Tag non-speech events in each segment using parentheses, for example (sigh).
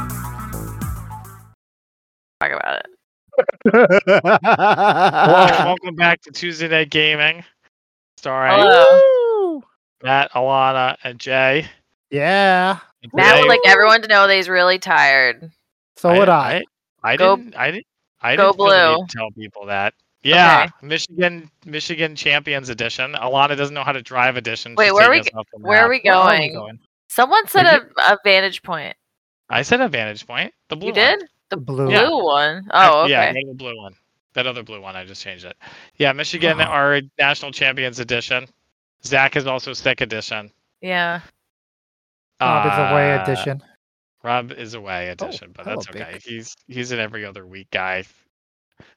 (laughs) Well, welcome back to Tuesday Night Gaming. Starring Hello. Matt, Alana, and Jay. yeah. And Matt today- would like everyone to know that he's really tired. So would I. I, Go- didn't. I didn't. I Go didn't feel the need blue. to tell people that. Yeah, Michigan, Michigan Champions Edition. Alana doesn't know how to drive edition. Wait, She's where are taking we us off the Where are map. we Where are we going? Someone said a, a vantage point. I said a vantage point. The blue You one. did? The Blue. blue Yeah. one. I- Oh, okay. Yeah, I got the blue one. That other blue one. I just changed it. Yeah, Michigan Oh. are national champions edition. Zach is also sick edition. Yeah. Rob is a way Uh, edition. (laughs) Rob is Oh, away edition, but that's hello, okay. Bick. He's he's an every other week guy.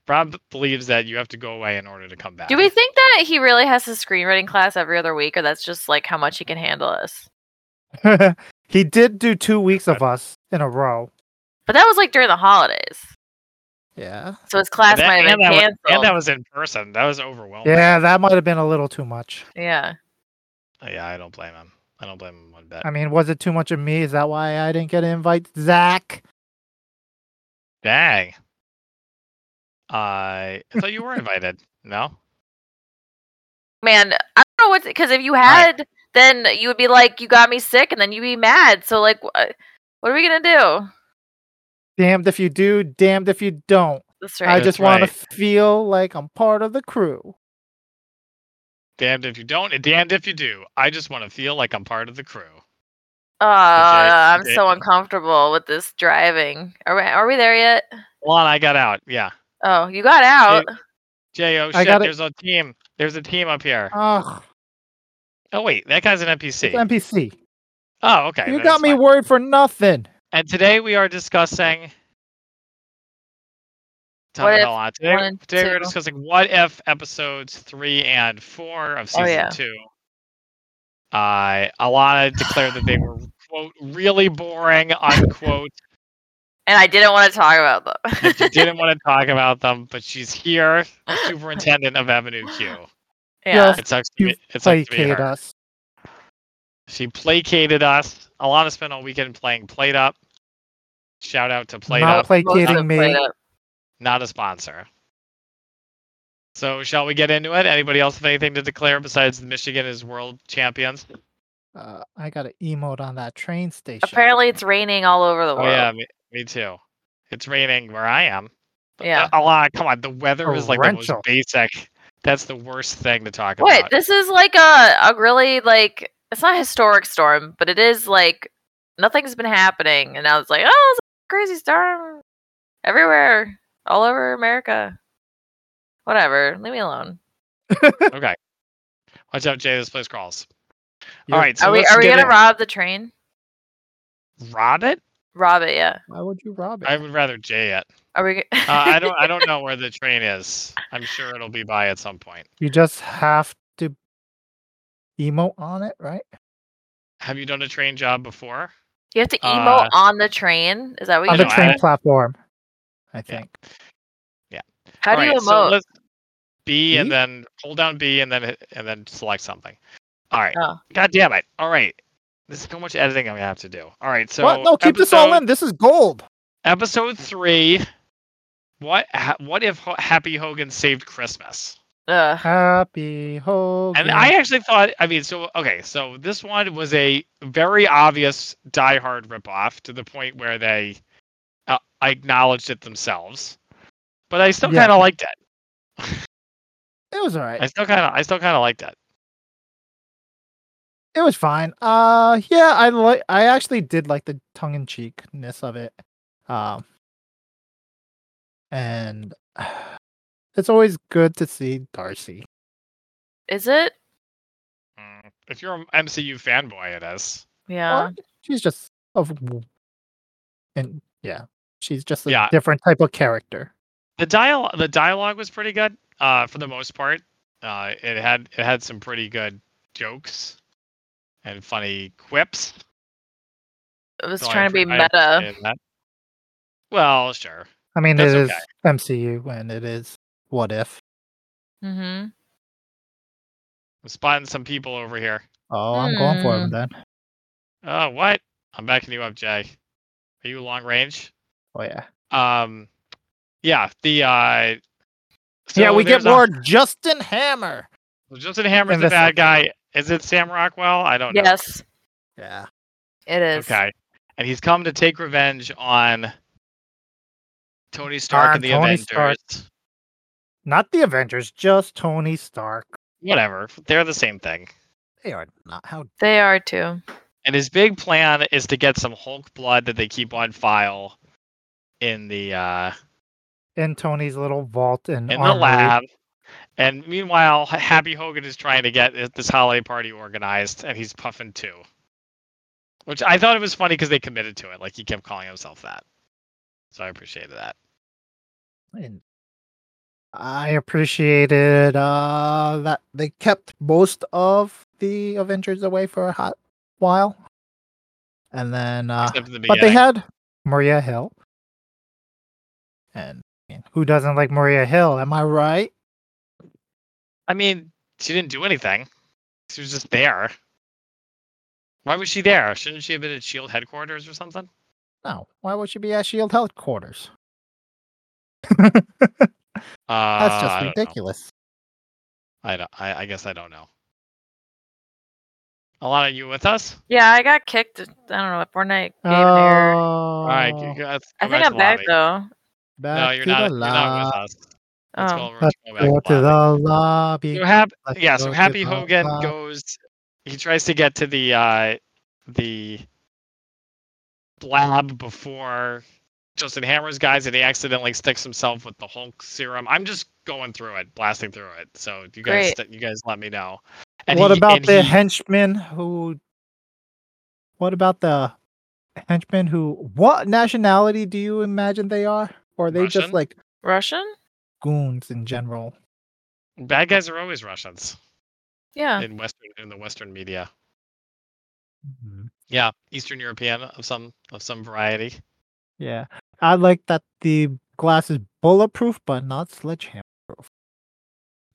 Rob believes that you have to go away in order to come back. Do we think that he really has his screenwriting class every other week, or that's just like how much he can handle us? he did do two weeks of us in a row. But that was like during the holidays, Yeah. so his class That- might have and been that was- canceled. And that was in person. That was overwhelming. Yeah, that might have been a little too much. yeah. Oh, Yeah, I don't blame him. I don't blame him one bit. I mean, was it too much of me? Is that why I didn't get an invite? Zach. Dang. I I thought you were invited. No. Man, I don't know what because if you Right. had, then you would be like, you got me sick, and then you'd be mad. So like, wh- what are we gonna do? Damned if you do, damned if you don't. That's I right. That's just want right. to feel like I'm part of the crew. Damned if you don't, and damned if you do. I just want to feel like I'm part of the crew. Oh, I'm okay. so uncomfortable with this driving. Are we, are we there yet? Well, I got out. Yeah. Oh, you got out. Jay, oh I shit, got it. there's a team. There's a team up here. Ugh, Oh wait, that guy's an NPC. it's NPC. Oh, okay. you then got it's me fine. worried for nothing. And today we are discussing. Tell What me if how long- Today, one and today we're two- discussing what if episodes three and four of Oh, season yeah. two. Uh, Alana declared that they were quote really boring unquote. And I didn't want to talk about (laughs) them. and she didn't want to talk about them, but she's here, the superintendent of Avenue Q. (laughs) yeah. Yes. It sucks. To You be, it sucks to be placate her. us. She placated us. Alana spent all weekend playing Played Up. Shout out to Played Not Up. Most of placating them me. played up. not a sponsor. So shall we get into it? Anybody else have anything to declare besides Michigan is world champions? Uh, I got an emote on that train station. Apparently, it's raining all over the Oh world. yeah, me, me too. It's raining where I am. Yeah. A lot. Come on, the weather is like the most Torrential. basic. That's the worst thing to talk What? about. This is like a, a really like it's not a historic storm, but it is like nothing's been happening, and now it's like oh, it's a crazy storm everywhere, all over America. Whatever, leave me alone. okay. Watch out, Jay. This place crawls. Yep. All right. So are we let's are we get gonna in- rob the train? rob it? Rob it, yeah. Why would you rob it? I would rather Jay it. Are we? (laughs) g- Uh, I don't. I don't know where the train is. I'm sure it'll be by at some point. You just have to emote on it, right? Have you done a train job before? you have to emo uh, on the train. Is that what I On you? the know, do? train I- platform, I think. How do you Alright, so emote? let's- B and B? then hold down B and then hit- and then select something. All right. Oh. God damn it. All right. This is so much editing I'm gonna have to do. All right. So what? No, keep this all episode- in. This is gold. Episode three. What? ha- What if Ho- Happy Hogan saved Christmas? Ugh. Happy Hogan. And I actually thought. I mean, so okay. So this one was a very obvious Die Hard ripoff to the point where they uh, acknowledged it themselves. But I still Yeah. kind of liked it. it was all right. I still kind of. I still kind of liked it. it was fine. Uh, yeah, I like. I actually did like the tongue in cheekness of it. Um, and (sighs) it's always good to see Darcy. Is it? Mm, If you're an MCU fanboy, it is. Yeah. Well, she's just of, and yeah, she's just a Yeah. different type of character. The dial the dialogue was pretty good, uh, for the most part. Uh, it had it had some pretty good jokes and funny quips. I was so I trying to be appre- I meta. appreciated that. Well, sure. I mean, That's it is okay. MCU and it is what if. Mm-hmm. I'm spotting some people over here. Oh, I'm going for Mm. him then. Oh, what? I'm backing you up, Jay. Are you long range? Oh yeah. Um, yeah, the uh, yeah, so we get there's a- more Justin Hammer. Justin Hammer's And the this- bad guy. Is it Sam Rockwell? I don't know. Yes, Yeah. it is. Oh, Okay. And he's come to take revenge on Tony Stark On and the Tony Avengers. Stark. Not the Avengers, just Tony Stark. Whatever. They're the same thing. They are not how They are too. And his big plan is to get some Hulk blood that they keep on file in the uh in Tony's little vault and in the lab. And meanwhile, H- Happy Hogan is trying to get i- this holiday party organized, and he's puffing too. Which I thought it was funny because they committed to it. Like he kept calling himself that, so I appreciated that. And I appreciated uh, that they kept most of the Avengers away for a hot while, and then uh, Except in the but they beginning. had Maria Hill, and I mean, who doesn't like Maria Hill? Am I right? I mean, she didn't do anything. She was just there. Why was she there? Shouldn't she have been at Shield E headquarters or something? No. Why would she be at Shield E headquarters? Uh, That's I just don't know. ridiculous. I, don't, I I guess I don't know. Alana, you with us? Yeah, I got kicked. I don't know. At Fortnite game Oh. here. All All right. You, Oh, you- let's I go think to I'm the back lobby. though. No, you're not. You're not with us. Let's go Oh. over- let's go back Go to to the lobby. the lobby. So hap- Let's yeah, so go to Happy the Hogan lobby. goes. He tries to get to the uh, the lab before Justin Hammer's guys, and he accidentally sticks himself with the Hulk serum. I'm just going through it, blasting through it. So you guys, Great. st- you guys, let me know. what he- about and the he- henchman who? What about the henchmen who? What nationality do you imagine they are? Or are they just Russian? like Russian? goons goons in general? bad guys are always Russians Yeah. in Western in the Western media? Yeah, Eastern European of some of some variety. Yeah, I like that the glass is bulletproof but not sledgehammer.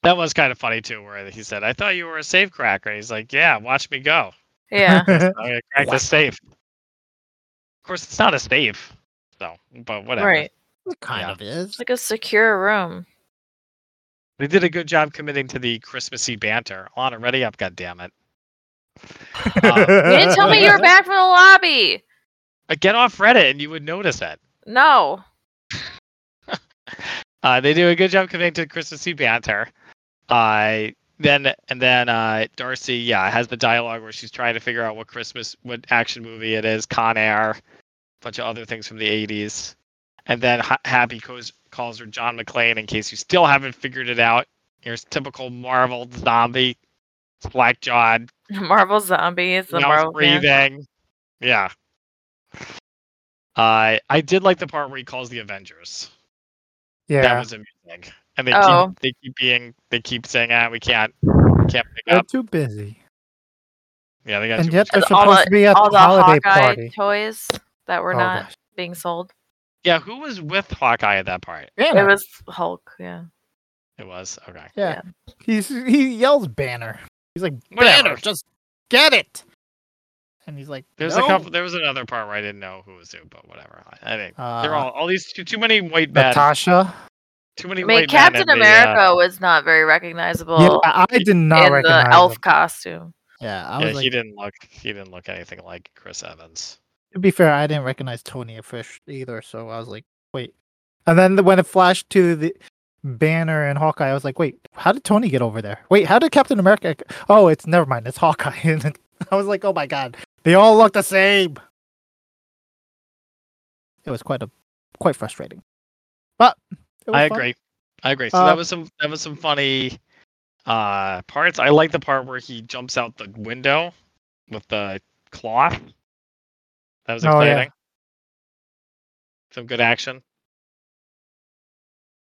That was kind of funny too, where he said, "I thought you were a safe cracker." And he's like, "Yeah, watch me go. (laughs) (laughs) Yeah. I'm gonna crack Wow. the safe." Of course, it's not a safe, so but whatever. right. it kind Yeah. of is. It's like a secure (laughs) room. They did a good job committing to the Christmassy banter. On ready up, goddammit. (laughs) Um, You didn't tell me you were back from the lobby. uh, get off Reddit, and you would notice it. No. (laughs) Uh, they do a good job committing to Christmassy banter. Uh, then and then uh, Darcy, yeah, has the dialogue where she's trying to figure out what Christmas, what action movie it is, Con Air, bunch of other things from the '80s, and then ha- Happy calls, calls her John McClane in case you still haven't figured it out. Here's typical Marvel zombie, slack jawed, Marvel Zombie is the mouth Marvel. fan. breathing. Yeah. I I did like the part where he calls the Avengers. That Yeah, was amusing. And they Oh. keep they keep being they keep saying ah we can't we can't pick they're up. too busy, Yeah, they got and too yet much- they're And all supposed the- to be at All the the holiday Hawkeye party. toys that were Oh, not gosh. being sold. Yeah, who was with Hawkeye at that part? It Banner. was Hulk. Yeah. It was okay. yeah, he's he yells banner. He's like Whatever. banner, just get it. And he's like, There's "No." a couple. There was another part where I didn't know who was who, but whatever. I, I think they're Uh, all all these too, too many white men. Natasha. Too many I mean, white Captain men. in the, uh, America was not very recognizable yeah, I I did not in the recognize elf him. costume. Yeah, I yeah, was he like, didn't look. He didn't look anything like Chris Evans. to be fair, I didn't recognize Tony at first either, so I was like, wait. And then the- when it flashed to the banner and Hawkeye, I was like, wait, how did Tony get over there? Wait, how did Captain America? g- Oh, it's never mind, it's Hawkeye. (laughs) And then I was like, oh my god, they all look the same. It was quite a quite frustrating, but it was I fun. agree. I agree. So Uh, that was some that was some funny uh parts. I like the part where he jumps out the window with the cloth. That was Oh, yeah. exciting. Some good action.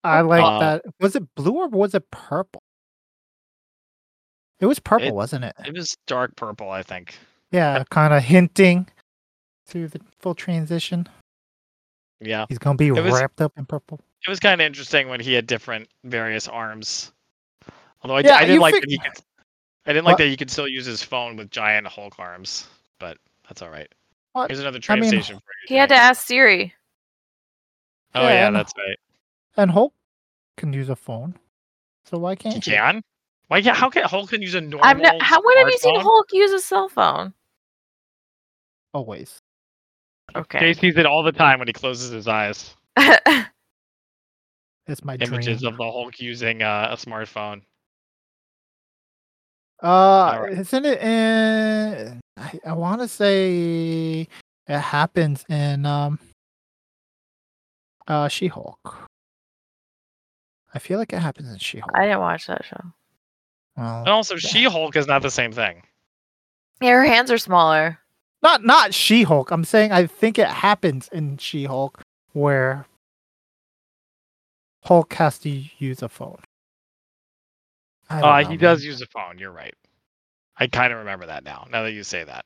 I like Uh, that. Was it blue or was it purple? It was purple, It- wasn't it? It was dark purple, I think. Yeah, kind of hinting through the full transition. Yeah. He's gonna be It was- wrapped up in purple. It was kind of interesting when he had different various arms. Although I, d- Yeah, I didn't you like fig- that he could I didn't like What? that you could still use his phone with giant Hulk arms, but that's all right. What? Here's another train mean, station for you. He had to Jack. ask Siri. Oh yeah, and- that's right. And Hulk can use a phone. So why He can't he? can. Why? Yeah. How can Hulk can use a normal? I've ne- how when have you seen smartphone? Hulk use a cell phone? Always. Okay. Jay sees it all the time when he closes his eyes. (laughs) It's my Images dream. of the Hulk using uh, a smartphone. Uh, right. isn't it in? I, I want to say it happens in um uh She-Hulk. I feel like it happens in She-Hulk. I didn't watch that show. well, And also, She-Hulk is not the same thing. Yeah, her hands are smaller. not not She-Hulk. I'm saying I think it happens in She-Hulk where Hulk has to use a phone. I don't Uh, know, he man. does use a phone. You're right. I kind of remember that now. Now that you say that,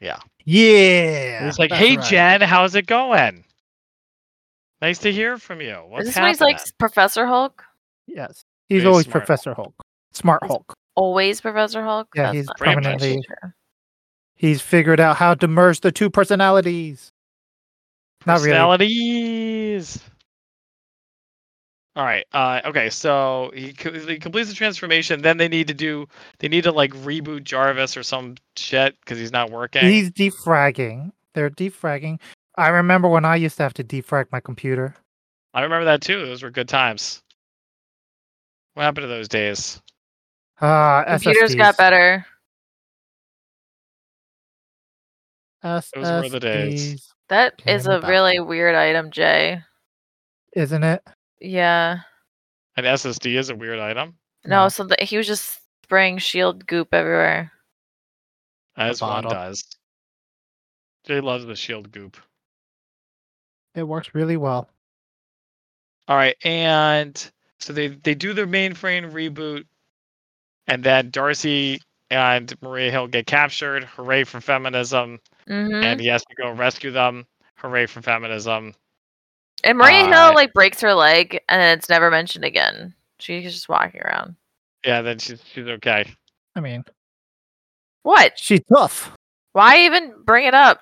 Yeah. he's like, that's "Hey right. Jen, how's it going? Nice to hear from you. What's Is this when happening?" he's like Professor Hulk? Yes, he's Very always smart Hulk. Professor Hulk. Smart He's- Hulk. Always Professor Hulk? Yeah, That's he's not pretty much- actually true. He's figured out how to merge the two personalities. Not really. Personalities. All right. Uh, okay. So he, co- he completes the transformation. Then they need to do. They need to like reboot Jarvis or some shit because he's not working. He's defragging. They're defragging. I remember when I used to have to defrag my computer. I remember that too. Those were good times. What happened to those days? Uh, Computers SSDs. got better. Those were the days. SSDs, That Came is a about. really weird item, Jay. Isn't it? Yeah. An SSD is a weird item. No, No. so th- he was just spraying shield goop everywhere. As one bottle. does. Jay loves the shield goop. It works really well. All right, and so they they do their mainframe reboot, and then Darcy and Maria Hill get captured. Hooray for feminism! hmm And he has to go rescue them. Hooray for feminism! And Maria Uh, Hill like breaks her leg, and then it's never mentioned again. She's just walking around. Yeah, then she's she's okay. I mean, What? she's tough. Why even bring it up?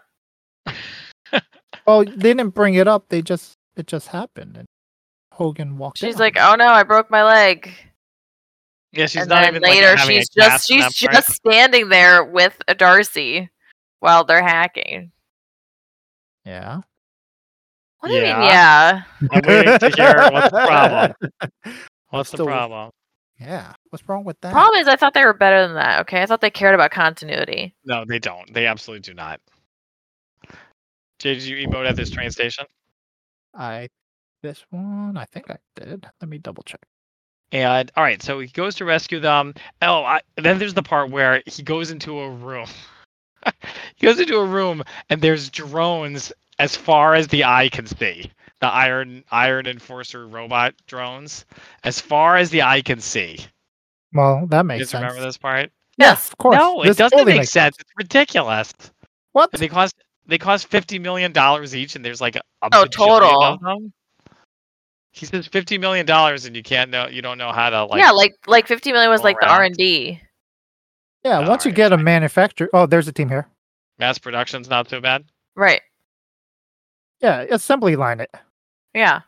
Oh, they didn't bring it up. They just it just happened. And Hogan walked. in She's on like, it. "Oh no, I broke my leg." Yeah, she's and not then even like, later, having a she's just cast in she's that part. just standing there with a Darcy while they're hacking. yeah. What do you mean? Yeah. Yeah, (laughs) I'm waiting to hear (laughs) what's the problem. What's the Still- problem? (laughs) Yeah. What's wrong with that? problem is, I thought they were better than that. Okay, I thought they cared about continuity. No, they don't. They absolutely do not. Jay, did you emote at this train station? I this one. I think I did. Let me double check. And all right, so he goes to rescue them. Oh, I, then there's the part where he goes into a room. (laughs) he goes into a room, and there's drones as far as the eye can see. The iron iron enforcer robot drones, as far as the eye can see. Well, that You makes guys sense. remember this part? Yes, of course. No, it This doesn't totally make makes sense. It's ridiculous. What? And they cost they cost fifty million dollars each, and there's like a a Oh, bajillion total. of them. He says fifty million dollars, and you can't know you don't know how to like. yeah, like like fifty million was go like the around. R and D. Yeah, All once you right, get a manufacturer. Oh, there's a team here. mass production's not so bad. Right. Yeah, assembly line it. Yeah.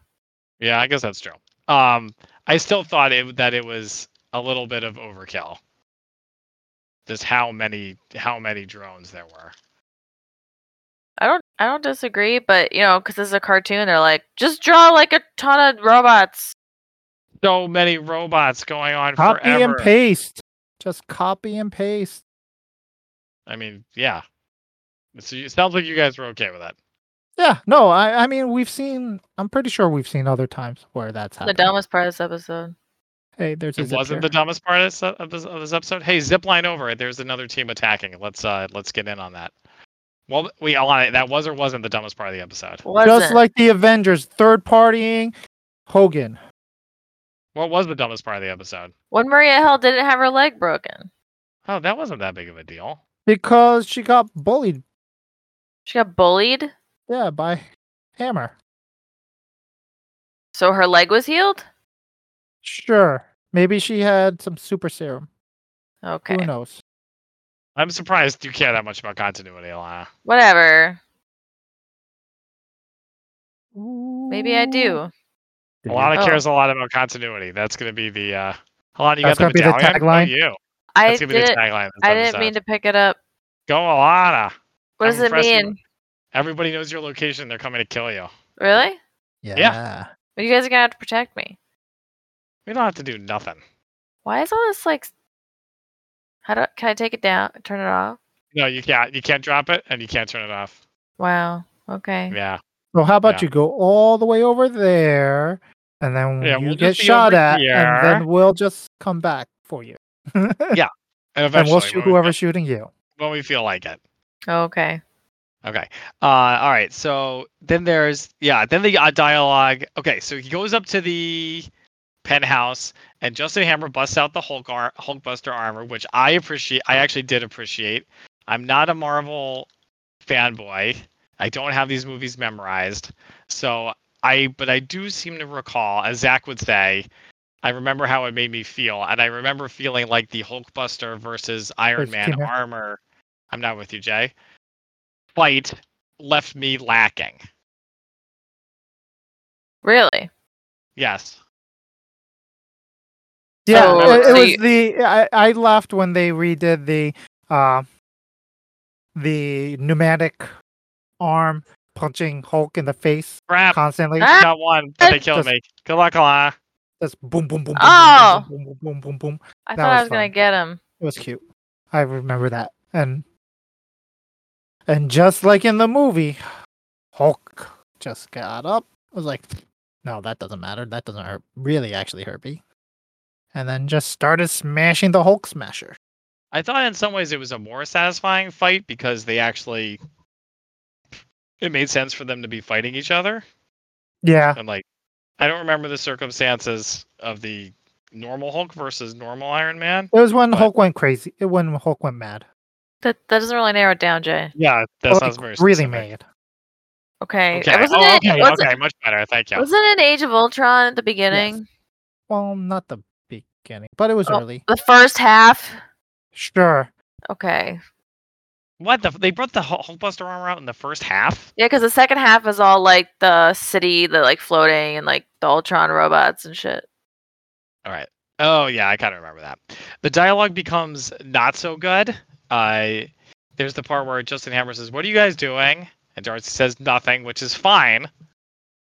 Yeah, I guess that's true. Um, I still thought it that it was a little bit of overkill. Just how many how many drones there were. I don't I don't disagree, but you know, because this is a cartoon, they're like, just draw like a ton of robots. So many robots going on Copy forever. and paste. Just copy and paste. I mean, yeah. So you- it sounds like you guys were okay with that. Yeah, no, I, I mean we've seen. I'm pretty sure we've seen other times where that's The happened. dumbest part of this episode. Hey, there's a It zip wasn't the here. dumbest part of this, of this of this episode. Hey, zip line over. There's another team attacking. Let's uh let's get in on that. Well, we all on it. That was or wasn't the dumbest part of the episode. Wasn't Just like the Avengers, third partying. Hogan. What was the dumbest part of the episode? when Maria Hill didn't have her leg broken. Oh, that wasn't that big of a deal. Because she got bullied, She got bullied, yeah, by Hammer. so her leg was healed? Sure. Maybe she had some super serum. Okay. Who knows? I'm surprised you care that much about continuity, Alana. Whatever. Maybe I do. Alana Oh. cares a lot about continuity. That's going to be the. uh Alana, you That's got gonna the be the medallion. Fuck tagline? You. I That's going to be the didn't. tagline. this I didn't episode. mean to pick it up. Go, Alana. What I'm does it impressed with mean? Everybody knows your location. They're coming to kill you. Really? Yeah. You guys are gonna have to protect me. We don't have to do nothing. Why is all this like? How do can I take it down? Turn it off? No, you can't. You can't drop it, and you can't turn it off. Wow. Okay. Yeah. Well, how about Yeah. you go all the way over there, and then Yeah, you we'll get just be shot over at, here. and then we'll just come back for you, And, and we'll eventually, shoot when we- whoever's shooting you. when we feel like it. Okay. Okay. Uh, all right. So then there's yeah. Then the uh, dialogue. Okay. So he goes up to the penthouse, and Justin Hammer busts out the Hulk ar- Hulkbuster armor, which I appreciate. I actually did appreciate. I'm not a Marvel fanboy. I don't have these movies memorized. So I, but I do seem to recall, as Zach would say, I remember how it made me feel, and I remember feeling like the Hulkbuster versus Iron Versus Man Peter. armor. I'm not with you, Jay. Fight left me lacking. Really? Yes. Yeah, So- it, it So was you- the I, I laughed when they redid the uh, the pneumatic arm punching Hulk in the face Crap. constantly. Ah! Got one, but they killed Just- me. Good luck, Alana. Just boom, boom, boom, boom, boom, Oh! boom, boom, boom, boom, boom. I That thought I was was gonna fun. get him. It was cute. I remember that, and and just like in the movie, Hulk just got up. Was like, no, that doesn't matter. That doesn't hurt. Really, actually hurt me. And then just started smashing the Hulk Smasher. I thought in some ways it was a more satisfying fight because they actually it made sense for them to be fighting each other. Yeah, And like I don't remember the circumstances of the normal Hulk versus normal Iron Man. It was when But- Hulk went crazy. It when Hulk went mad. That that doesn't really narrow it down, Jay. Yeah, that Like, sounds very really specific. mad. Okay. Okay. Wasn't oh, it? okay, wasn't, okay, much better. Thank you. wasn't it Age of Ultron at the beginning? Well, not the beginning, but it was Oh. early. The first half. Sure. Okay. What the? f- They brought the Hul- Hulkbuster armor out in the first half. Yeah, because the second half is all like the city, the like floating and like the Ultron robots and shit. All right. Oh yeah, I kind of remember that. The dialogue becomes not so good. I there's the part where Justin Hammer says, "What are you guys doing?" and Darcy says nothing, which is fine.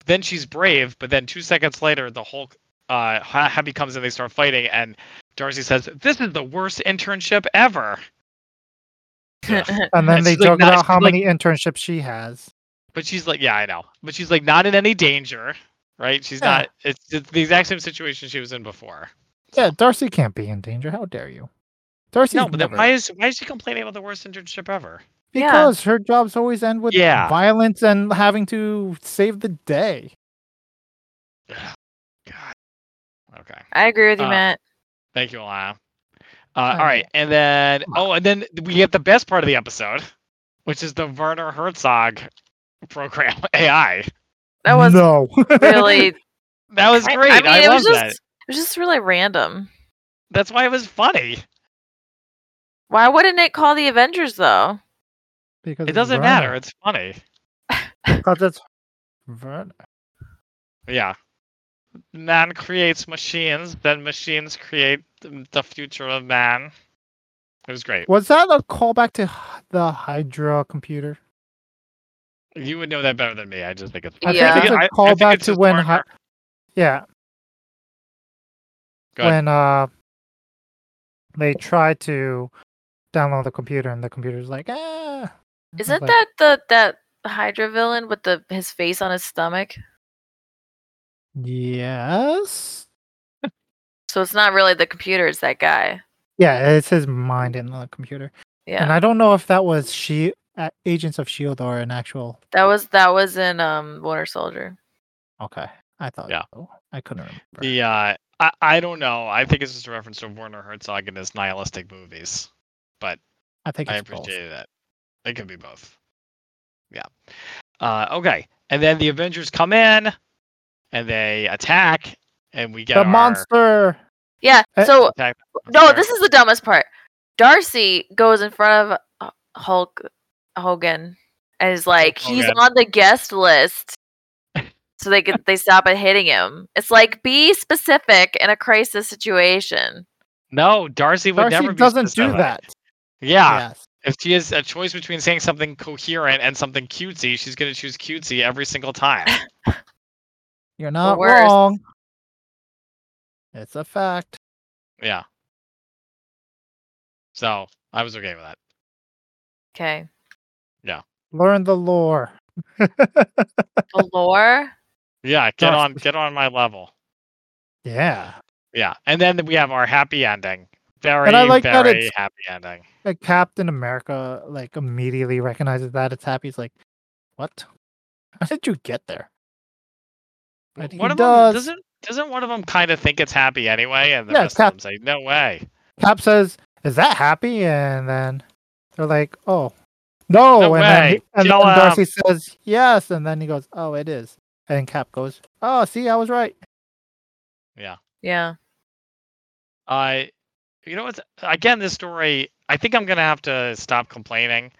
Then she's brave, but then two seconds later, the Hulk uh, Ha- Happy comes and they start fighting, and Darcy says, "This is the worst internship ever." Yeah. And then It's they like talk not- about how like- many internships she has. But she's like, "Yeah, I know," but she's like, "Not in any danger." Right? She's Yeah. not. It's, it's the exact same situation she was in before. Yeah, Darcy can't be in danger. How dare you? Darcy No, but then never. why is why is she complaining about the worst internship ever? Yeah. because her jobs always end with Yeah. violence and having to save the day. God. Okay. (laughs) I agree with you, Uh, Matt. Thank you, Alana. Uh, Oh, all right, and then oh, and then we get the best part of the episode, which is the Werner Herzog program (laughs) AI. That was no. (laughs) really. That was I- I great. I, mean, it love was just- that. It was just really random. That's why it was funny. Why wouldn't it call the Avengers though? (laughs) because It doesn't matter. It's funny. Because it's Werner. Yeah. Man creates machines, then machines create th- the future of man. It was great. Was that a callback to h- the Hydra computer? You would know that better than me. I just think it's. I Yeah. think it's I- I a think callback it's to just when. Werner- Hy- yeah, Go ahead. when uh they try to download the computer and the computer's like ah Isn't like, that the that Hydra villain with the his face on his stomach? yes So it's not really the computer; it's that guy. yeah it's his mind in the computer Yeah, Uh-huh. and i don't know if that was she uh, agents of shield or an actual that was that was in um Winter Soldier. okay i thought Yeah. so. i couldn't remember The uh, I, I don't know. I think it's just a reference to Werner Herzog and his nihilistic movies. i think I it's both. appreciated that. It could be both. Yeah. Uh, okay. And then the Avengers come in and they attack and we get the our monster Yeah. Eh, So attack- no, sorry. this is the dumbest part. Darcy goes in front of uh, Hulk Hogan and is like, "He's Hogan. on the guest list." so they get they stop at hitting him. It's like be specific in a crisis situation. No, Darcy would Darcy never be Ah. doesn't do specific. that. Yeah. Yes. If she has a choice between saying something coherent and something cutesy, she's gonna choose cutesy every single time. You're not worst. wrong. It's a fact. yeah. So I was okay with that. Okay. Learn the lore. The lore. Yeah, get Darcy. on get on my level. Yeah. Yeah. And then we have our happy ending. Very, I like very that it's- happy ending. Like Captain America like immediately recognizes that it's happy. He's like, What? How did you get there? But he One of does. them doesn't doesn't one of them kind of think it's happy anyway, and the Yeah, rest Cap- of them say, No way. Cap says, Is that happy? And then they're like, Oh. No, No and then, way. he- and Kill then him. Darcy says yes, and then he goes, "Oh, it is." And Cap goes, "Oh, see, I was right." Yeah. I you know what again this story I think I'm gonna have to stop complaining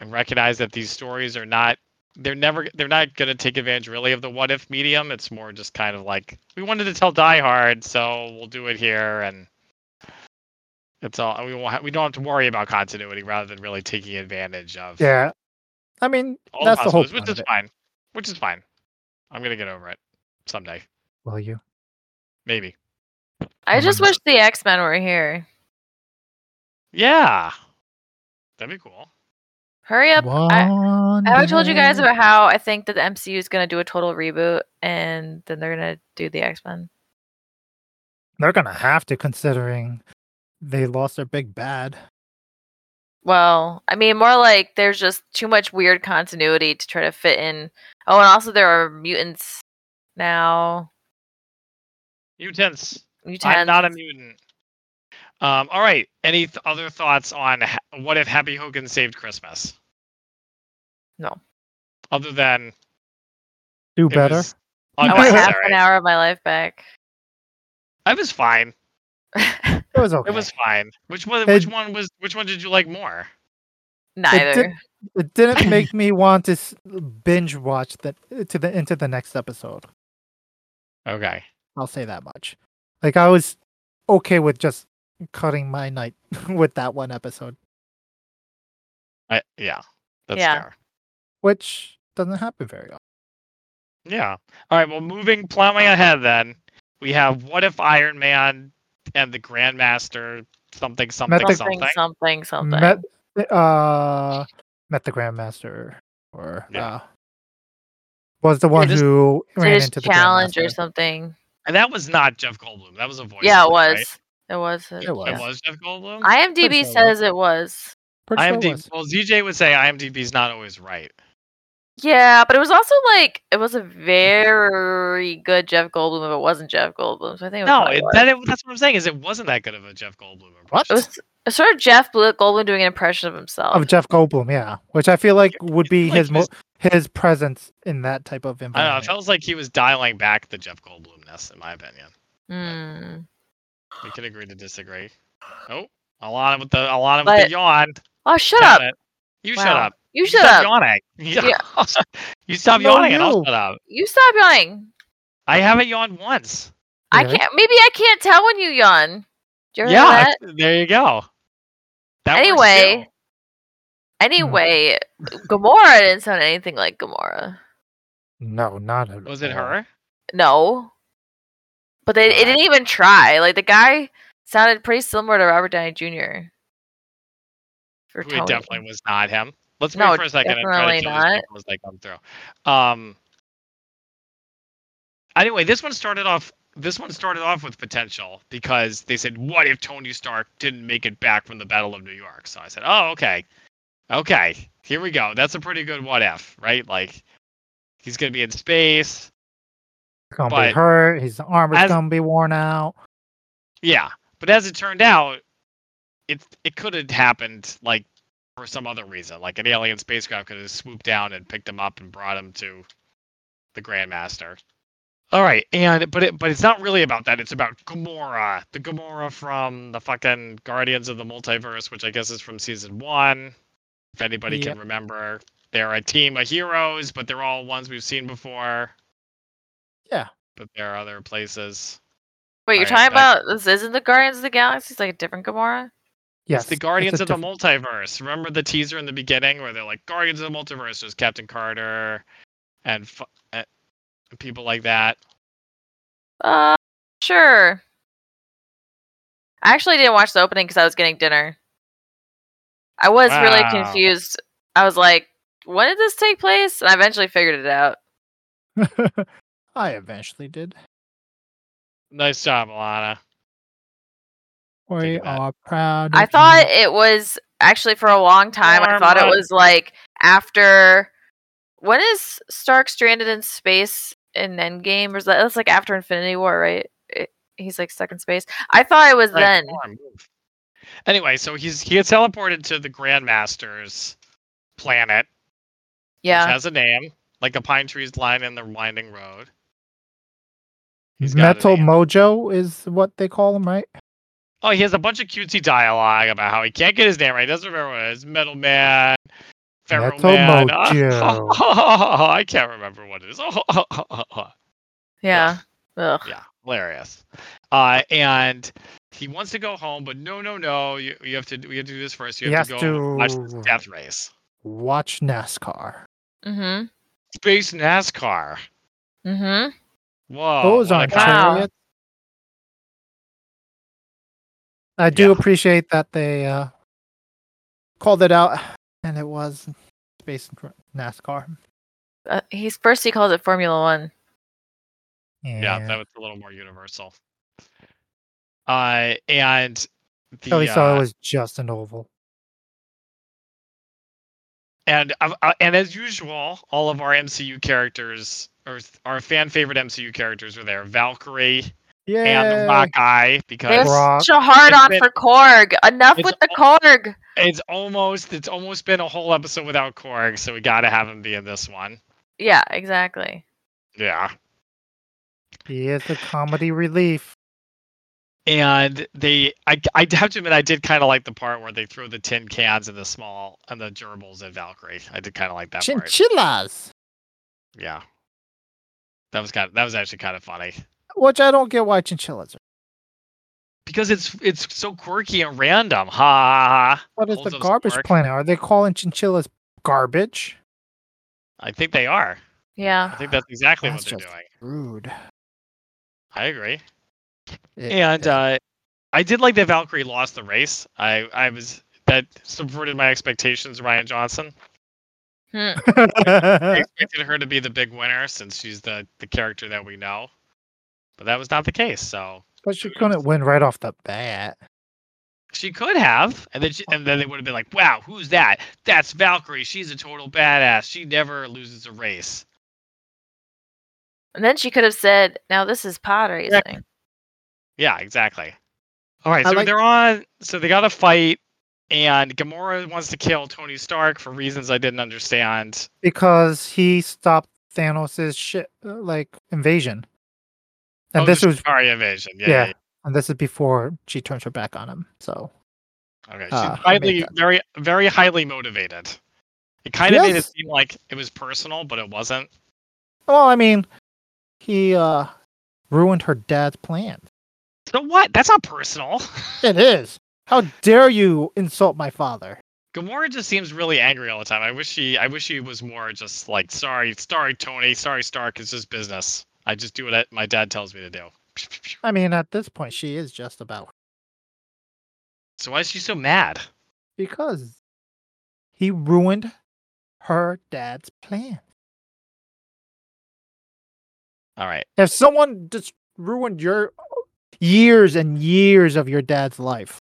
and recognize that these stories are not they're never they're not gonna take advantage really of the what if medium. It's more just kind of like we wanted to tell Die Hard, so we'll do it here and it's all we won't ha- we don't have to worry about continuity rather than really taking advantage of Yeah, I mean, all that's the whole possibilities, point which of is it. fine. Which is fine. I'm gonna get over it someday, Will you? maybe. I just Mhm. wish the X Men were here. Yeah, that'd be cool. Hurry up. I, One I already told you guys day. about how I think that the MCU is going to do a total reboot and then they're going to do the X Men. They're gonna have to, considering they lost their big bad. Well, I mean, more like there's just too much weird continuity to try to fit in. Oh, and also there are mutants now. Mutants. Mutants. I'm not a mutant. Um, all right. Any th- other thoughts on ha- what if Happy Hogan saved Christmas? No. Other than Do it better. was I (laughs) want half unnecessary. an hour of my life back. I was fine. It was okay. It was fine. Which one? It- Which one was? Which one did you like more? Neither. It didn't (coughs) make me want to s- binge watch the to the into the next episode. Okay. I'll say that much. Like I was okay with just cutting my night (laughs) with that one episode, I, yeah. That's Yeah. fair. which doesn't happen very often. Yeah. All right. Well, moving, plowing ahead then, we have what if Iron Man and the Grandmaster something something Met the- something. Something, something, something. Met uh met the grandmaster or Yeah. uh, was the one just- who ran British into the challenge or Grandmaster. something. And that was not Jeff Goldblum. That was a voice. Yeah, it thing, right? was. It was. It was. yeah. It was Jeff Goldblum. IMDb sure it was. says it was. Pretty sure it IMDb. was. Well, ZJ would say IMDb's not always right. Yeah, but it was also like it was a very good Jeff Goldblum. If it wasn't Jeff Goldblum, so I think it was No, probably it, was. that, it- that's what I'm saying. Is it wasn't that good of a Jeff Goldblum impression? What? It was it was sort of Jeff Bl- Goldblum doing an impression of himself. of Jeff Goldblum, yeah, which I feel like would It be felt like his he mo- was- his presence in that type of I don't know. It environment. felt like he was dialing back the Jeff Goldblumness, in my opinion. Mm. We can agree to disagree. Oh, Alana with the Alana with But- the yawn. Oh, shut Got up! it. You shut Wow. up. You You shut up! stop yawning. (laughs) Yeah. Yeah. I'll stop- you stop No, yawning and I'll you. shut up. You stop yawning. I haven't yawned once. I Really? can't. Maybe I can't tell when you yawn. Do you hear Yeah, that? there you go. That works Anyway, too. Anyway, Gamora didn't sound anything like Gamora. No, not at was it all. her? No. But they it Alright. didn't even try. Like the guy sounded pretty similar to Robert Downey Jr. For It definitely was not him. Let's No, wait for a second and try to definitely kill not. these people as they come through. Um. Anyway, this one started off. This one started off with potential because they said, "What if Tony Stark didn't make it back from the Battle of New York?" So I said, "Oh, okay, okay, here we go. That's a pretty good what if, right? Like, he's gonna be in space. He's gonna be But- hurt. His armor's As- gonna be worn out. Yeah, but as it turned out, it it could have happened like for some other reason, like an alien spacecraft could have swooped down and picked him up and brought him to the Grandmaster. All right, and but it but it's not really about that. It's about Gamora, the Gamora from the fucking Guardians of the Multiverse, which I guess is from season one. If anybody can remember, they're a team of heroes, but they're all ones we've seen before. Yeah. But there are other places. Wait, you're I- talking I- about this? Isn't the Guardians of the Galaxy like a different Gamora? Yes. It's the Guardians a of the diff- Multiverse. Remember the teaser in the beginning where they're like Guardians of the Multiverse, there's Captain Carter, and fu- uh, people like that. Uh, sure. I actually didn't watch the opening because I was getting dinner. I was really Wow. confused. I was like, when did this take place? And I eventually figured it out. (laughs) I eventually did. Nice job, Alana. We at that. are proud. I of thought you. it was actually for a long time. I Warm thought it up. was like after when is Stark stranded in space in Endgame? Or is that that's like after Infinity War, right? It- he's like stuck in space. I thought it was Right, then. come on, move. Anyway, so he's he gets teleported to the Grandmaster's planet, which Yeah. has a name, like a pine tree's line in the winding road. He's got a Metal name. Mojo is what they call him, right? Oh, he has a bunch of cutesy dialogue about how he can't get his name right. He doesn't remember what it is. Metal Man, Feral Metal Man. (laughs) Oh, Mojo. I can't remember what it is. (laughs) Yeah. Ugh. yeah, hilarious. Uh, and he wants to go home, but no, no, no. You, you have to we have to do this first. You He have has to go watch this to- death race, Watch NASCAR. Mhm. space NASCAR. Mhm. Whoa, Those Oh, what a aren't con- Wow. chariots. I do Yeah. appreciate that they uh, called it out, and it was space and tr- NASCAR. Uh, he's first he calls it Formula 1. Yeah, that was a little more universal. Uh, and the so he saw uh, it was just an oval. and uh, uh, and as usual, all of our MCU characters or s- our fan favorite MCU characters were there. Valkyrie Yeah. and the Rock Eye because There's Brock. such a hard on It's been- for Korg. Enough It's with the al- Korg. it's almost it's almost been a whole episode without Korg, so we got to have him be in this one. Yeah, exactly. Yeah. He is the comedy relief. And they, I, I have to admit, I did kind of like the part where they throw the tin cans and the small and the gerbils at Valkyrie. I did kind of like that part. Chinchillas. Yeah. That was kind of, that was actually kind of funny Which I don't get why chinchillas are. because it's it's so quirky and random. Ha ha ha. What is Holds the up garbage spark. planet? Are they calling chinchillas garbage? I think they are. Yeah. I think that's exactly That's what they're just- doing. Rude. I agree. It- (laughs) and it- uh, I did like that Valkyrie lost the race. I I was that subverted my expectations. Ryan Johnson. Hmm. I expected her to be the big winner since she's the the character that we know, but that was not the case. So but she (laughs) couldn't win right off the bat. she could have, and then she, and then they would have been like, "Wow, who's that? That's Valkyrie. She's a total badass. She never loses a race." And then she could have said, "Now this is pod racing." Yeah, exactly. All right, I so like- they're on. So they got a fight, and Gamora wants to kill Tony Stark for reasons I didn't understand. Because he stopped Thanos' shit uh, like invasion. And oh, this the was Shikari invasion. Yeah. yeah. yeah, And this is before she turns her back on him. So yeah. Okay. She's Ah, I made highly, that. very, very highly motivated. It kind of made it Yes. seem like it was personal, but it wasn't. well, I mean, he uh ruined her dad's plan. So what? That's not personal. (laughs) It is. How dare you insult my father? Gamora just seems really angry all the time. I wish she, I wish she was more just like, sorry, sorry, Tony, sorry, Stark. It's just business. I just do what I, my dad tells me to do. (laughs) I mean, at this point, she is just about So why is she so mad? because he ruined her dad's plan. All right. If someone just ruined your years and years of your dad's life,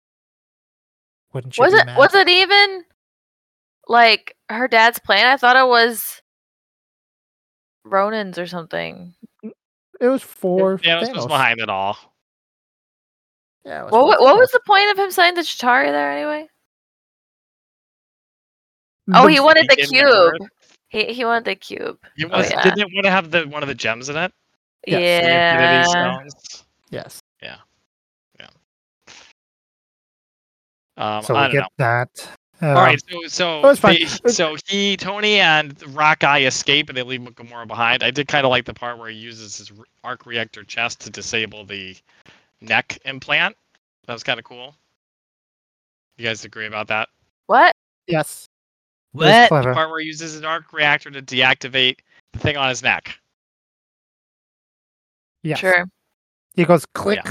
wouldn't you Was be it? mad? Was it even like her dad's plan? I thought it was Ronan's or something. It was for Thanos was Thanos. behind it all. Yeah, it was What, for wa- what Thanos. was the point of him signing the Chitari there anyway? Oh, he wanted the Beacon or- cube. He he wanted the cube. You Oh, was, yeah. Didn't it want to have the one of the gems in it? Yes, The Yeah. Infinity Stones? Yes. Um, so I we don't get Um, know. that, uh, All All right, so That so um, was fine. they- so he, Tony, and the Rock Guy escape, and they leave Gamora behind. I did kind of like the part where he uses his re- arc reactor chest to disable the neck implant. That was kind of cool. You guys agree about that? What? Yes. it was What? The Clever. part where he uses an arc reactor to deactivate the thing on his neck. Yes. Sure. He goes click,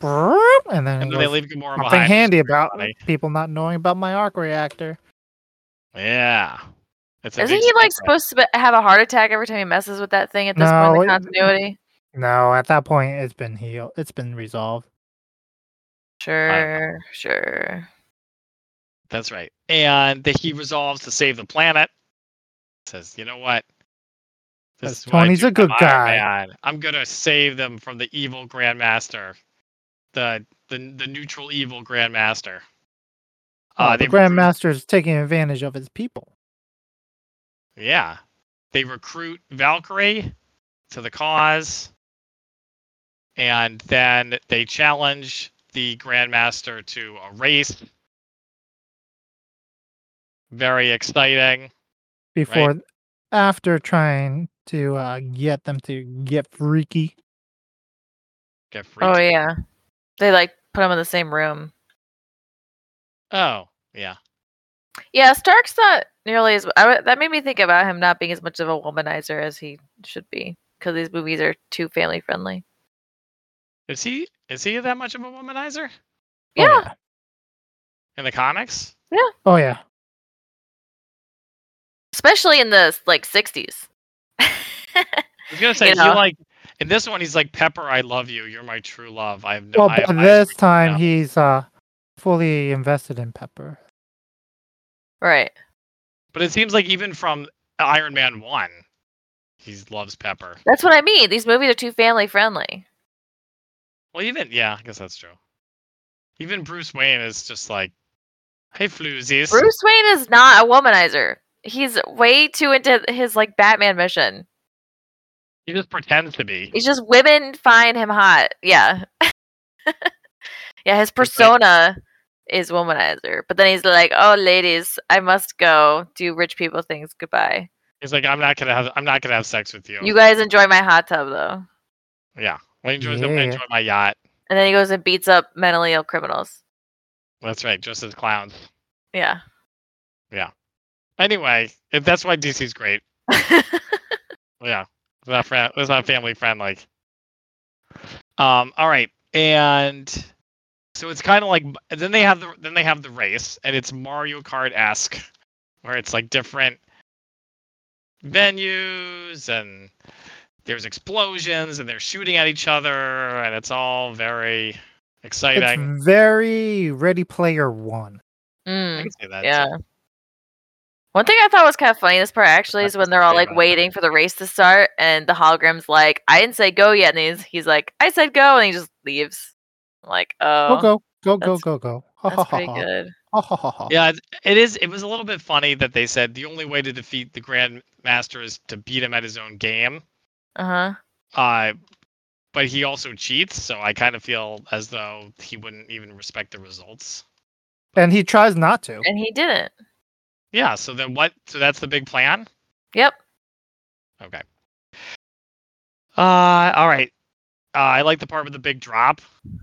brrrr, and then, And he then they goes, leave Gamora something behind. handy about funny. people not knowing about my arc reactor. Yeah. It's a Isn't big he like secret. supposed to be- have a heart attack every time he messes with that thing at this point in No, it- the continuity? No, at that point it's been healed. It's been resolved. Sure, sure. That's right. And that he resolves to save the planet. Says, you know what? Says, what I "Tony's do. a good I'm Iron guy." Man. I'm gonna save them from the evil Grandmaster, the the the neutral evil Grandmaster. Oh, Uh, Ah, they the Grandmaster is taking advantage of his people. Recruit, yeah, they recruit Valkyrie to the cause, and then they challenge the Grandmaster to a race. Very exciting. before after trying to uh, get them to get freaky. Get free Oh yeah, they like put him in the same room. Oh, yeah. Yeah, Stark's not nearly as. I w- that made me think about him not being as much of a womanizer as he should be because these movies are too family friendly. Is he is he that much of a womanizer Oh, Yeah, in the comics? Oh yeah. especially in the like '60s. I was gonna say You he know. like in this one he's like Pepper, I love you, you're my true love. I have no. Well, I, but I- this time yeah. he's uh fully invested in Pepper. right. but it seems like even from Iron Man one, he loves Pepper. That's what I mean. These movies are too family friendly. Well, even yeah, I guess that's true. Even Bruce Wayne is just like, hey floozies. Bruce Wayne is not a womanizer. He's way too into his like Batman mission. He just pretends to be. It's just women find him hot. Yeah. (laughs) yeah, his persona is womanizer. But then he's like, "Oh, ladies, I must go do rich people things. Goodbye. He's like, I'm not gonna have I'm not gonna have sex with you. You guys enjoy my hot tub though." yeah. I enjoy, Yeah. enjoy my yacht. And then he goes and beats up mentally ill criminals. That's right, just as clowns. Yeah. (laughs) Anyway, if that's why DC's great. Yeah, it's not friend. It's not family friendly. Um. All right, and so it's kind of like then they have the then they have the race, and it's Mario Kart esque, (laughs) where it's like different venues and there's explosions and they're shooting at each other, and it's all very exciting. It's very Ready Player One. I Mm. can say that. too. Yeah. One thing I thought was kind of funny this part actually is when they're all like Right. waiting for the race to start, and the hologram's like, "I didn't say go yet," and he's he's like, "I said go," and he just leaves. I'm like, Oh, oh, go go go that's- go go. Ha ha that's ha (laughs) pretty ha. good. Ha ha ha ha. Yeah, it- it is. It was a little bit funny that they said the only way to defeat the Grand Master is to beat him at his own game. Uh huh. Uh, but he also cheats, so I kind of feel as though he wouldn't even respect the results. And he tries not to. And he didn't. Yeah. So then what? So that's the big plan. Yep. Okay. Uh, all right. Uh, I like the part with the big drop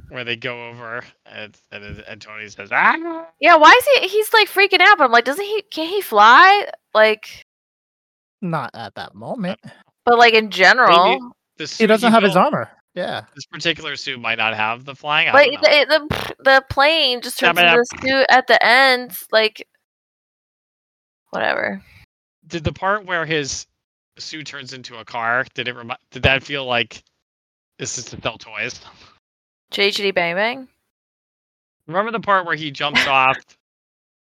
where they go over and and, and Tony says, "Ah, Yeah. Why is he? He's like freaking out, but I'm like, doesn't he? Can he fly? Like, Not at that moment. Uh, but like in general, the He suit doesn't have his built- armor. Yeah. This particular suit might not have the flying. I but don't know. the, the the plane just Yeah, turns but, uh, into a suit at the end. Like, whatever. did the part where his suit turns into a car did it remi- did that feel like this is to sell toys Chitty chitty bang bang. remember the part where he jumps off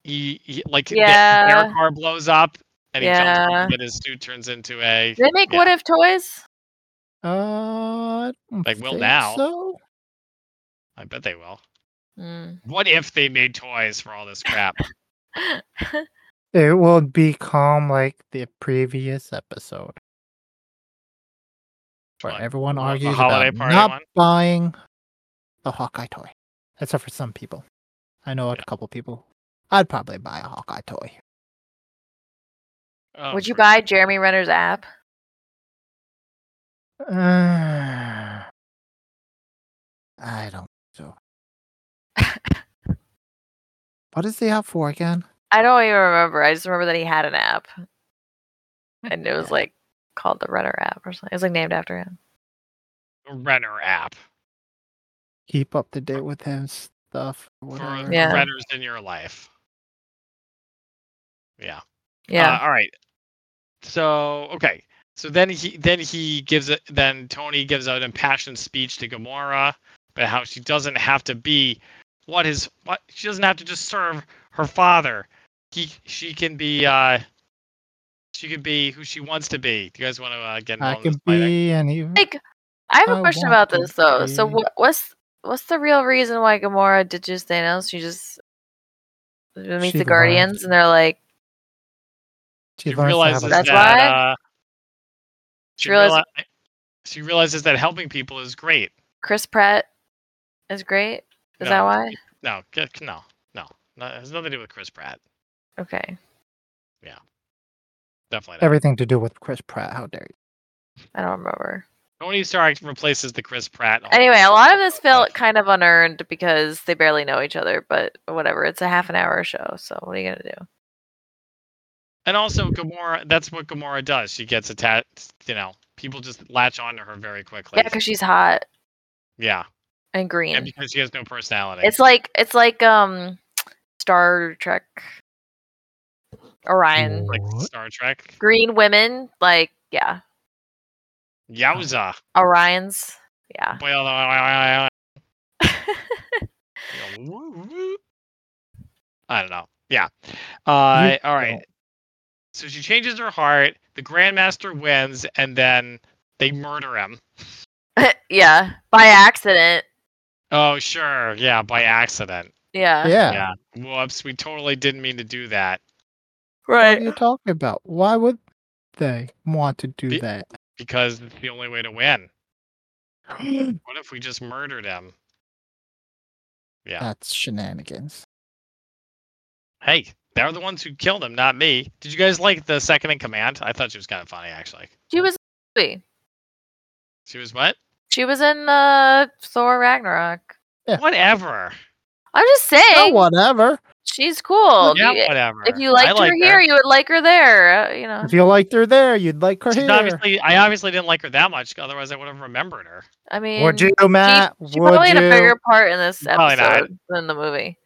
he, he like the Yeah. air car blows up and he jumps Yeah. off and his suit turns into a Did they make Yeah. what if toys? Uh I don't Like, will think now. So i bet they will Mm. what if they made toys for all (laughs) this crap it will become like the previous episode. where Like, everyone a argues holiday about party not one? buying the Hawkeye toy, except for some people. I know a couple people I'd probably buy a Hawkeye toy. Oh, Would you for- buy Jeremy Renner's app? Uh, I don't think (laughs) so. what is the app for again? I don't even remember. I just remember that he had an (laughs) app, and it was like called the Renner app or something. It was like named after him. Renner app Keep up to date with his stuff. or for whatever. the Yeah. Renners in your life? Yeah. Yeah. Uh, all right. So okay. So then he then he gives it then Tony gives an impassioned speech to Gamora about how she doesn't have to be what his what she doesn't have to just serve her father. He she can be uh she can be who she wants to be. Do you guys want to uh, get I involved can in this fighting? be any. like, I have a I question want about to this though. So be- what, what's what's the real reason why Gamora ditches Thanos? She just uh, meets She the learned. Guardians, and they're like, She she learns to have realizes a that That's plan. why? uh, she, She realized- reali- she realizes that helping people is great. Chris Pratt is great. Is that No. why? No, get- no, no, no. It has nothing to do with Chris Pratt. Okay, Definitely. Not. everything to do with Chris Pratt. How dare you? I don't remember. Tony Stark replaces the Chris Pratt. all Anyway, over. a lot of this felt kind of unearned because they barely know each other. But whatever, it's a half an hour show. So what are you gonna do? And also, Gamora. That's what Gamora does. She gets attached. You know, people just latch onto her very quickly. Yeah, because she's hot yeah, and green. and because she has no personality. It's like it's like um Star Trek Orion. like What? Star Trek. Green women, like yeah. (laughs) Yowza. Orion's (laughs) yeah. Boy, I (laughs) don't know. Yeah. Uh, all right. don't. So she changes her heart. The Grandmaster wins, and then they murder him. yeah. By accident. Oh, sure. Yeah, by accident. Yeah. yeah. Yeah. Whoops. We totally didn't mean to do that What are Right. you talking about? Why would they want to do Be- (gasps) that? because it's the only way to win. What if we just murdered him? Yeah. That's shenanigans. Hey, they're the ones who killed him, not me. Did you guys like the second in command? I thought she was kind of funny, actually. She was in the movie. She was what? She was in uh Thor Ragnarok. Yeah. Whatever. I'm just Oh, saying whatever. she's cool. yeah, You- whatever. if you I liked her liked here, you would like her there. uh, You know. If you liked her there, you'd like her She's here. obviously, I obviously didn't like her that much. Otherwise, I would have remembered her. I mean Would you, she, Matt? she would probably you? had a bigger part in this Probably not. episode than the movie.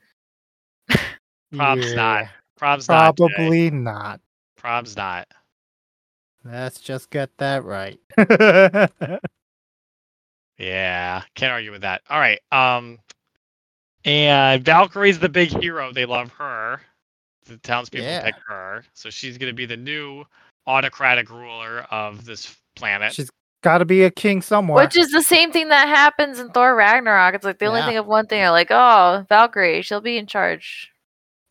Prob's not. Prob's not. today. Probably not. Prob's not. Let's just get that right. (laughs) Yeah, can't argue with that. All right. Um, and Valkyrie's the big hero. They love her. The townspeople Yeah. pick her, so she's gonna be the new autocratic ruler of this planet. She's got to be a king somewhere. Which is the same thing that happens in Thor Ragnarok. It's like they only Yeah. think of one thing. Are like, oh, Valkyrie, she'll be in charge.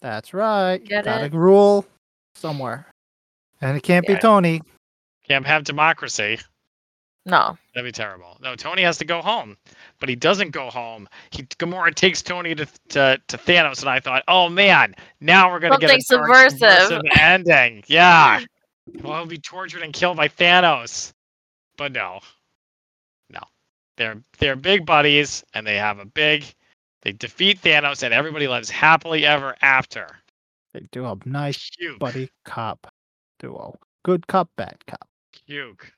That's right. Get got it? to rule somewhere. And it can't Yeah. be Tony. Can't have democracy. No, That'd be terrible. No, Tony has to go home, but he doesn't go home. He Gamora takes Tony to to, to Thanos, and I thought, oh man, now we're gonna get a Something dark, subversive. subversive ending. Yeah, well, he'll be tortured and killed by Thanos. But no, no, they're they're big buddies, and they have a big. They defeat Thanos, and everybody lives happily ever after. They do a nice Puke, buddy cop duo. Good cop, bad cop. puke.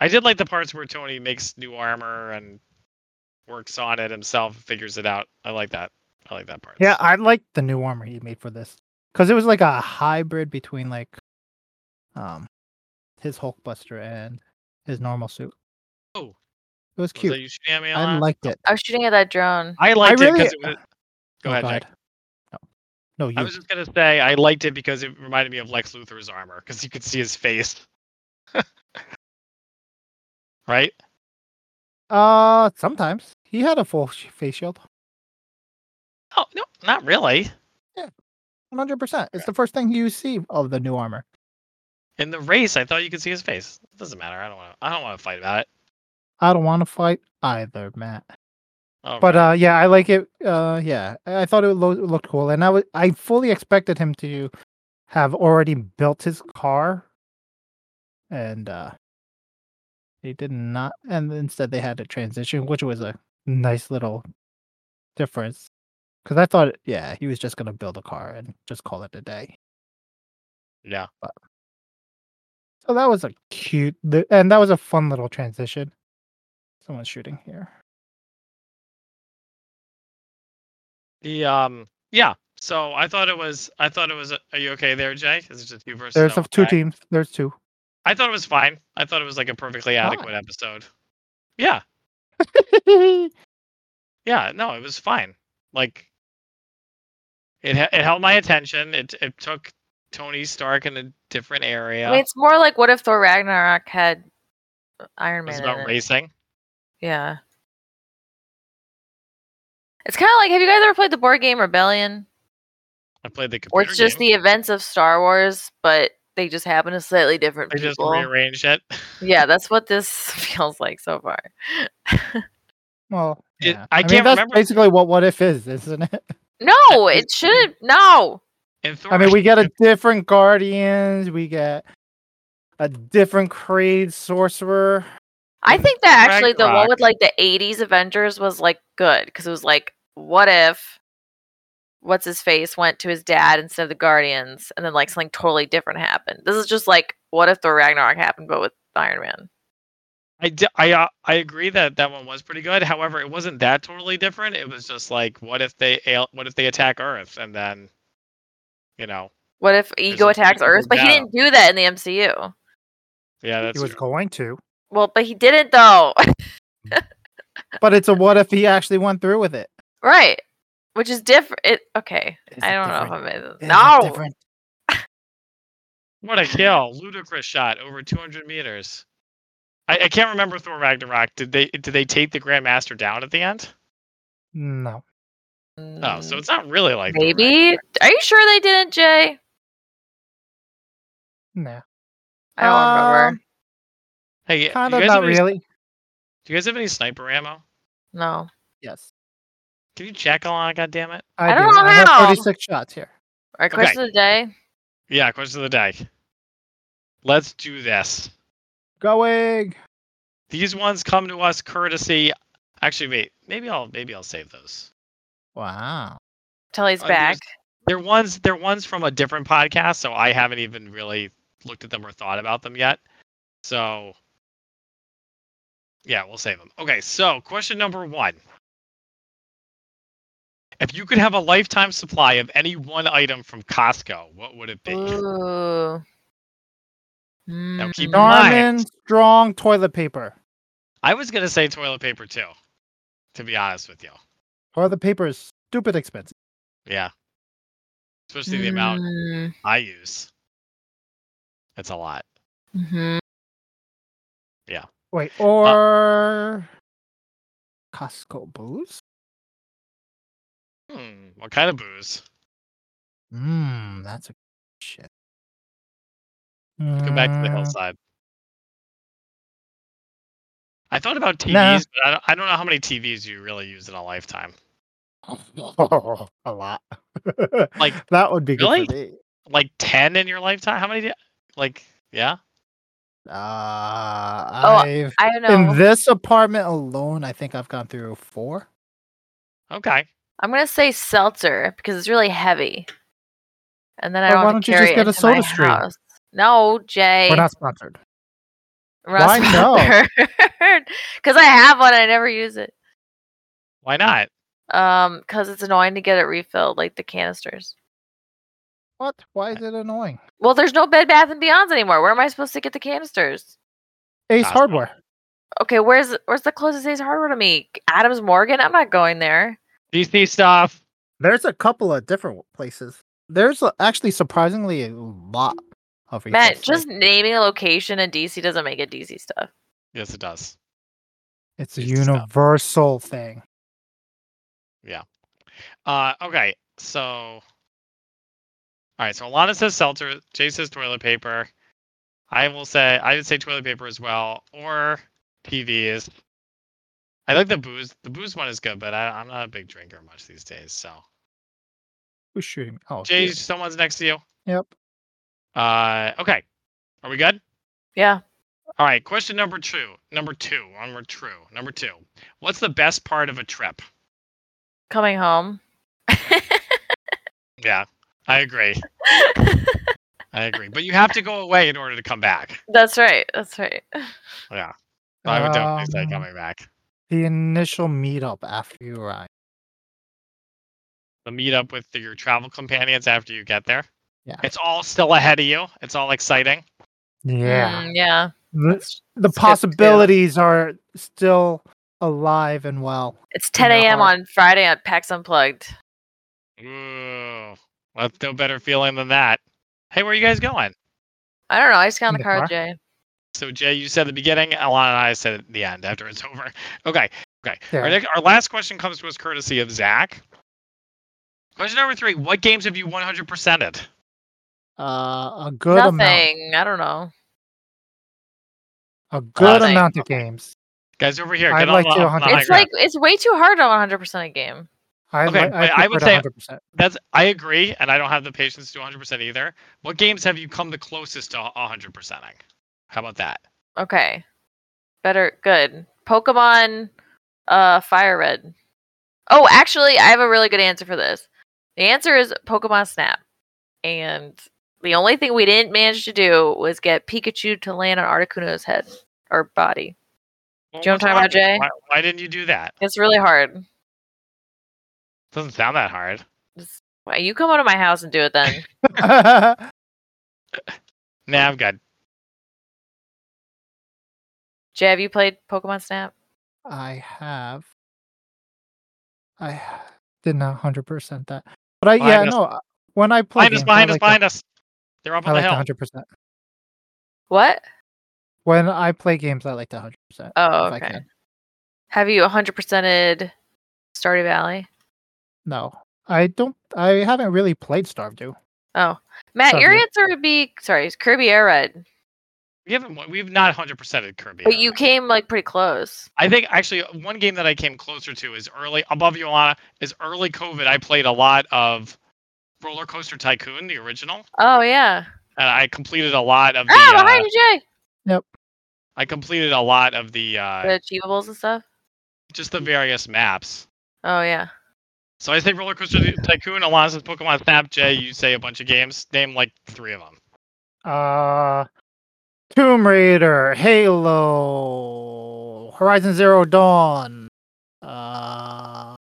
I did like the parts where Tony makes new armor and works on it himself, and figures it out. I like that. I like that part. Yeah, I like the new armor he made for this because it was like a hybrid between like, um, his Hulkbuster and his normal suit. Oh. it was Was cute. that you shooting at me a I lot? liked it. I was shooting at that drone. I liked I it really- because it was. Oh, Go Oh, ahead, Jack. God. No, no, you. I was just gonna say I liked it because it reminded me of Lex Luthor's armor because you could see his face. (laughs) right? Uh, sometimes he had a full sh- face shield. Oh no, not really. One hundred percent. It's the first thing you see of the new armor. In the race, I thought you could see his face. It doesn't matter. I don't want. to. I don't want to fight about it. I don't want to fight either, Matt. Oh, But right. uh, yeah, I like it. Uh, yeah, I I thought it lo- looked cool, and I was I fully expected him to have already built his car, and uh, they did not. And instead, they had a transition, which was a nice little difference. Because I thought, yeah, he was just gonna build a car and just call it a day. yeah, So that was a cute, li- and that was a fun little transition. Someone's shooting here. the um, yeah. So I thought it was. I thought it was. uh, Are you okay there, Jay? Is it just you versus? There's no, a- two okay. teams. There's two. (laughs) I thought it was fine. I thought it was like a perfectly Ah. adequate episode. Yeah, yeah. No, it was fine. Like it. he- It held my attention. It it took Tony Stark in a different area. I mean, it's more like what if Thor Ragnarok had Iron it was Man? about in it. racing. Yeah. It's kind of like have you guys ever played the board game Rebellion? I played the Where computer it's just game. the events of Star Wars, but they just happen to slightly different They just people. rearranged it. yeah, that's what this (laughs) feels like so far. Well, It- yeah. I mean, can't that's remember- Basically, what what if is, isn't it? (laughs) No, it shouldn't. No. And Thor, I mean, we get (laughs) a different Guardians, we get a different Creed sorcerer. I think that actually the one Ragnarok. with like the 80s Avengers was like good because it was like, what if what's his face went to his dad instead of the Guardians and then like something totally different happened? This is just like, what if Thor Ragnarok happened but with Iron Man? I, d- I, uh, I agree that that one was pretty good. However, it wasn't that totally different. It was just like, what if they al- what if they attack Earth and then, you know, What if Ego a attacks secret Earth? But he didn't do that in the MCU. yeah, that's he was true. going to, Well, but he didn't though. (laughs) but it's a what if he actually went through with it? right. Which is different. It, okay. Is I it don't know different? if I'm. Is it no. different? what a kill! Ludicrous shot over 200 meters. I, I can't remember Thor Ragnarok. Did they did they take the Grandmaster down at the end? No, Oh, so it's not really like Thor Mm. Maybe. Are you sure they didn't, Jay? no, I don't remember. Um, Ragnarok. Hey, kind you of guys not have any- really. Do you guys have any sniper ammo? No. Yes, Can you check along? God damn it! I, I don't do. know I have how. thirty-six shots here. All right, Okay. question of the day. Yeah, question of the day. Let's do this. Going. These ones come to us courtesy. Actually, wait. Maybe I'll maybe I'll save those. Wow. Till he's Uh, back. there's- They're ones they're ones from a different podcast, so I haven't even really looked at them or thought about them yet. So yeah, we'll save them. Okay, so question number one: If you could have a lifetime supply of any one item from Costco, what would it be? Mm. Ooh. keep Mm. Hmm. in mind- Norman Strong toilet paper. I was gonna say toilet paper too, to be honest with you. Toilet paper is stupid expensive. Yeah, especially the amount Mm, I use. It's a lot. Mm-hmm. mhm. Wait, or Costco booze? Hmm, what kind of booze? Mmm, that's a shit. Go back to the Mm, hillside. I thought about TVs, Nah. but I don't, I don't know how many TVs you really use in a lifetime. (laughs) a lot. Like, (laughs) that would be good really? for me. Like 10 in your lifetime? How many? Do you, like, yeah? Oh, Uh, I've I don't know. in this apartment alone, I think I've gone through four. Okay. I'm gonna say seltzer because it's really heavy, and then I But don't. have why don't to you just carry it get a into my Soda Stream? house. No, Jay. We're not sponsored. why no? (laughs) Because I have one. I never use it. Why not? Um, because it's annoying to get it refilled, like the canisters. What? Why is it annoying? Well, there's no Bed Bath and Beyonds anymore. Where am I supposed to get the canisters? Ace Costco. Hardware. Okay, where's where's the closest Ace Hardware to me? Adams Morgan? I'm not going there. DC stuff. There's a couple of different places. There's a- actually surprisingly a lot of retail Matt, stores. just naming a location in DC doesn't make it DC stuff. Yes, it does. it's a it's just not- universal thing. Uh, okay. So, all right. So Alana says seltzer. Jay says toilet paper. I will say I would say toilet paper as well, or TVs. I like the booze. The booze one is good, but I, I'm not a big drinker much these days. So, Who's shooting me? Oh, Jay, yeah. someone's next to you. Yep. Uh, okay. Are we good? Yeah. All right. Question number two. Number two. Onward. True. Number two. What's the best part of a trip? Coming home. (laughs) Yeah, I agree. I agree. But you have to go away in order to come back. Oh, That's right. That's right. Yeah. So I would definitely say Um, coming back. The initial meetup after you arrive. The meet up with your travel companions after you get there. Yeah. It's all still ahead of you. It's all exciting. Yeah. Mm, yeah. The, That's- the that's good too. possibilities are still alive and well. It's 10 Yeah, a.m. or- on Friday at PAX Unplugged. Ooh. Well, that's no better feeling than that. Hey, where are you guys going? I don't know. I just got in In the, the car, car? with Jay. So Jay, you said at the beginning, Alana and I said at the end after it's (laughs) over. Okay. Okay. Our, Yeah. next, our last question comes to us courtesy of Zach. Question number three: What games have you 100%ed? Uh, a good amount, Nothing. I don't know. a good Nothing. amount of games. Guys over here, I'd get like on, to on the 100%. high It's ground. like, it's way too hard on 100% a game. I Okay, like, but I would say- 100%. That's I agree, and I don't have the patience to 100% either. What games have you come the closest to 100%ing? How about that? Okay. Better good. Pokemon uh Fire Red. Oh, actually, I have a really good answer for this. The answer is Pokemon Snap. And the only thing we didn't manage to do was get Pikachu to land on Articuno's head or body. Well, Do you know what's what I'm talking wrong about, with you? Jay? Why, why didn't you do that? It's really hard. Doesn't sound that hard. Why, You come out of my house and do it (laughs) then. Nah, I'm good. Jay, have you played Pokemon Snap? (laughs) I have. I h- didn't hundred percent that, but I Behind yeah us. no. uh, When I play Behind games, us, behind I us, like behind us. They're up I on the like hill. hundred percent. What? When I play games, I like hundred percent. Oh, if I okay. can. Have you 100%ed Stardew Valley? No, I don't. I haven't really played Stardew. Oh. Matt, Sorry, your Matt. answer would be sorry, Kirby Air Red. We haven't. We've not 100%ed Kirby. But yet. you came like pretty close. I think actually one game that I came closer to is early above you, Alana. Is early COVID. I played a lot of Roller Coaster Tycoon, the original, Oh yeah. and I completed a lot of the. oh, uh, behind you, Jay. I completed a lot of the uh, The achievables and stuff. just the various maps. Oh yeah. So I say Roller Coaster Tycoon, Alana says Pokemon Snap, Jay, you say a bunch of games. Name like three of them. Uh, Tomb Raider, Halo, Horizon Zero Dawn. Uh,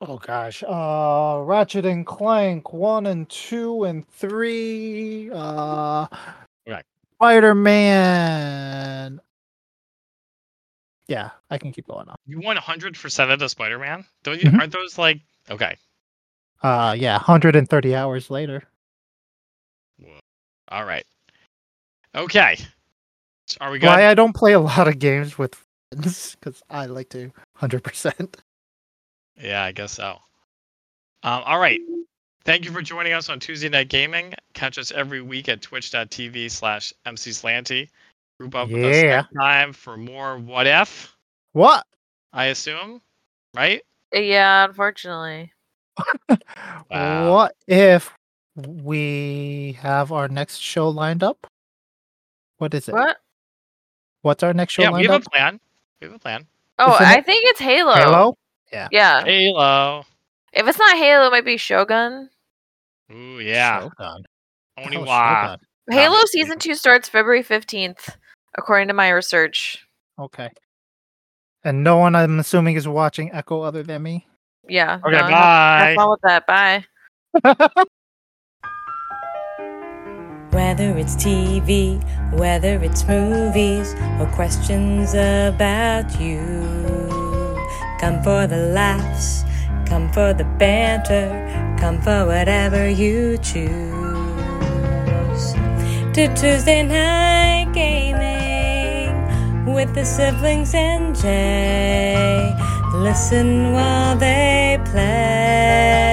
oh gosh, uh, Ratchet and Clank one and two and three. Uh, Right. Spider Man. Yeah, I can keep going on. You 100% of the Spider-Man? Don't you? Mhm. Aren't those like okay? Uh, yeah, 130 hours later. All right. Okay. So Are we good? Why I don't play a lot of games with friends because I like to 100%. Yeah, I guess so. Um, all right. Thank you for joining us on Tuesday Night Gaming. Catch us every week at twitch.tv slash mcslanty. Group up with us Yeah. next time for more What If, (laughs) What? I assume, right? Uh, Yeah, unfortunately. Wow. What if we have our next show lined up? What is it? What? What's our next show yeah, we lined have up? a plan. We have a plan. Oh, Isn't I it- think it's Halo. Halo? Yeah. Halo. If it's not Halo, it might be Shogun. Ooh, yeah. Shogun. What the hell is Oniwa. Shogun? Halo Obviously. season two starts February fifteenth, according to my research. Okay. And no one, I'm assuming, is watching Echo other than me. (laughs) Yeah. Okay, no, have- bye. Have fun with that. Bye. Whether it's TV, whether it's movies, or questions about you. Come for the laughs, come for the banter, come for whatever you choose. To Tuesday Night Gaming with the siblings and Jay. Listen while they play.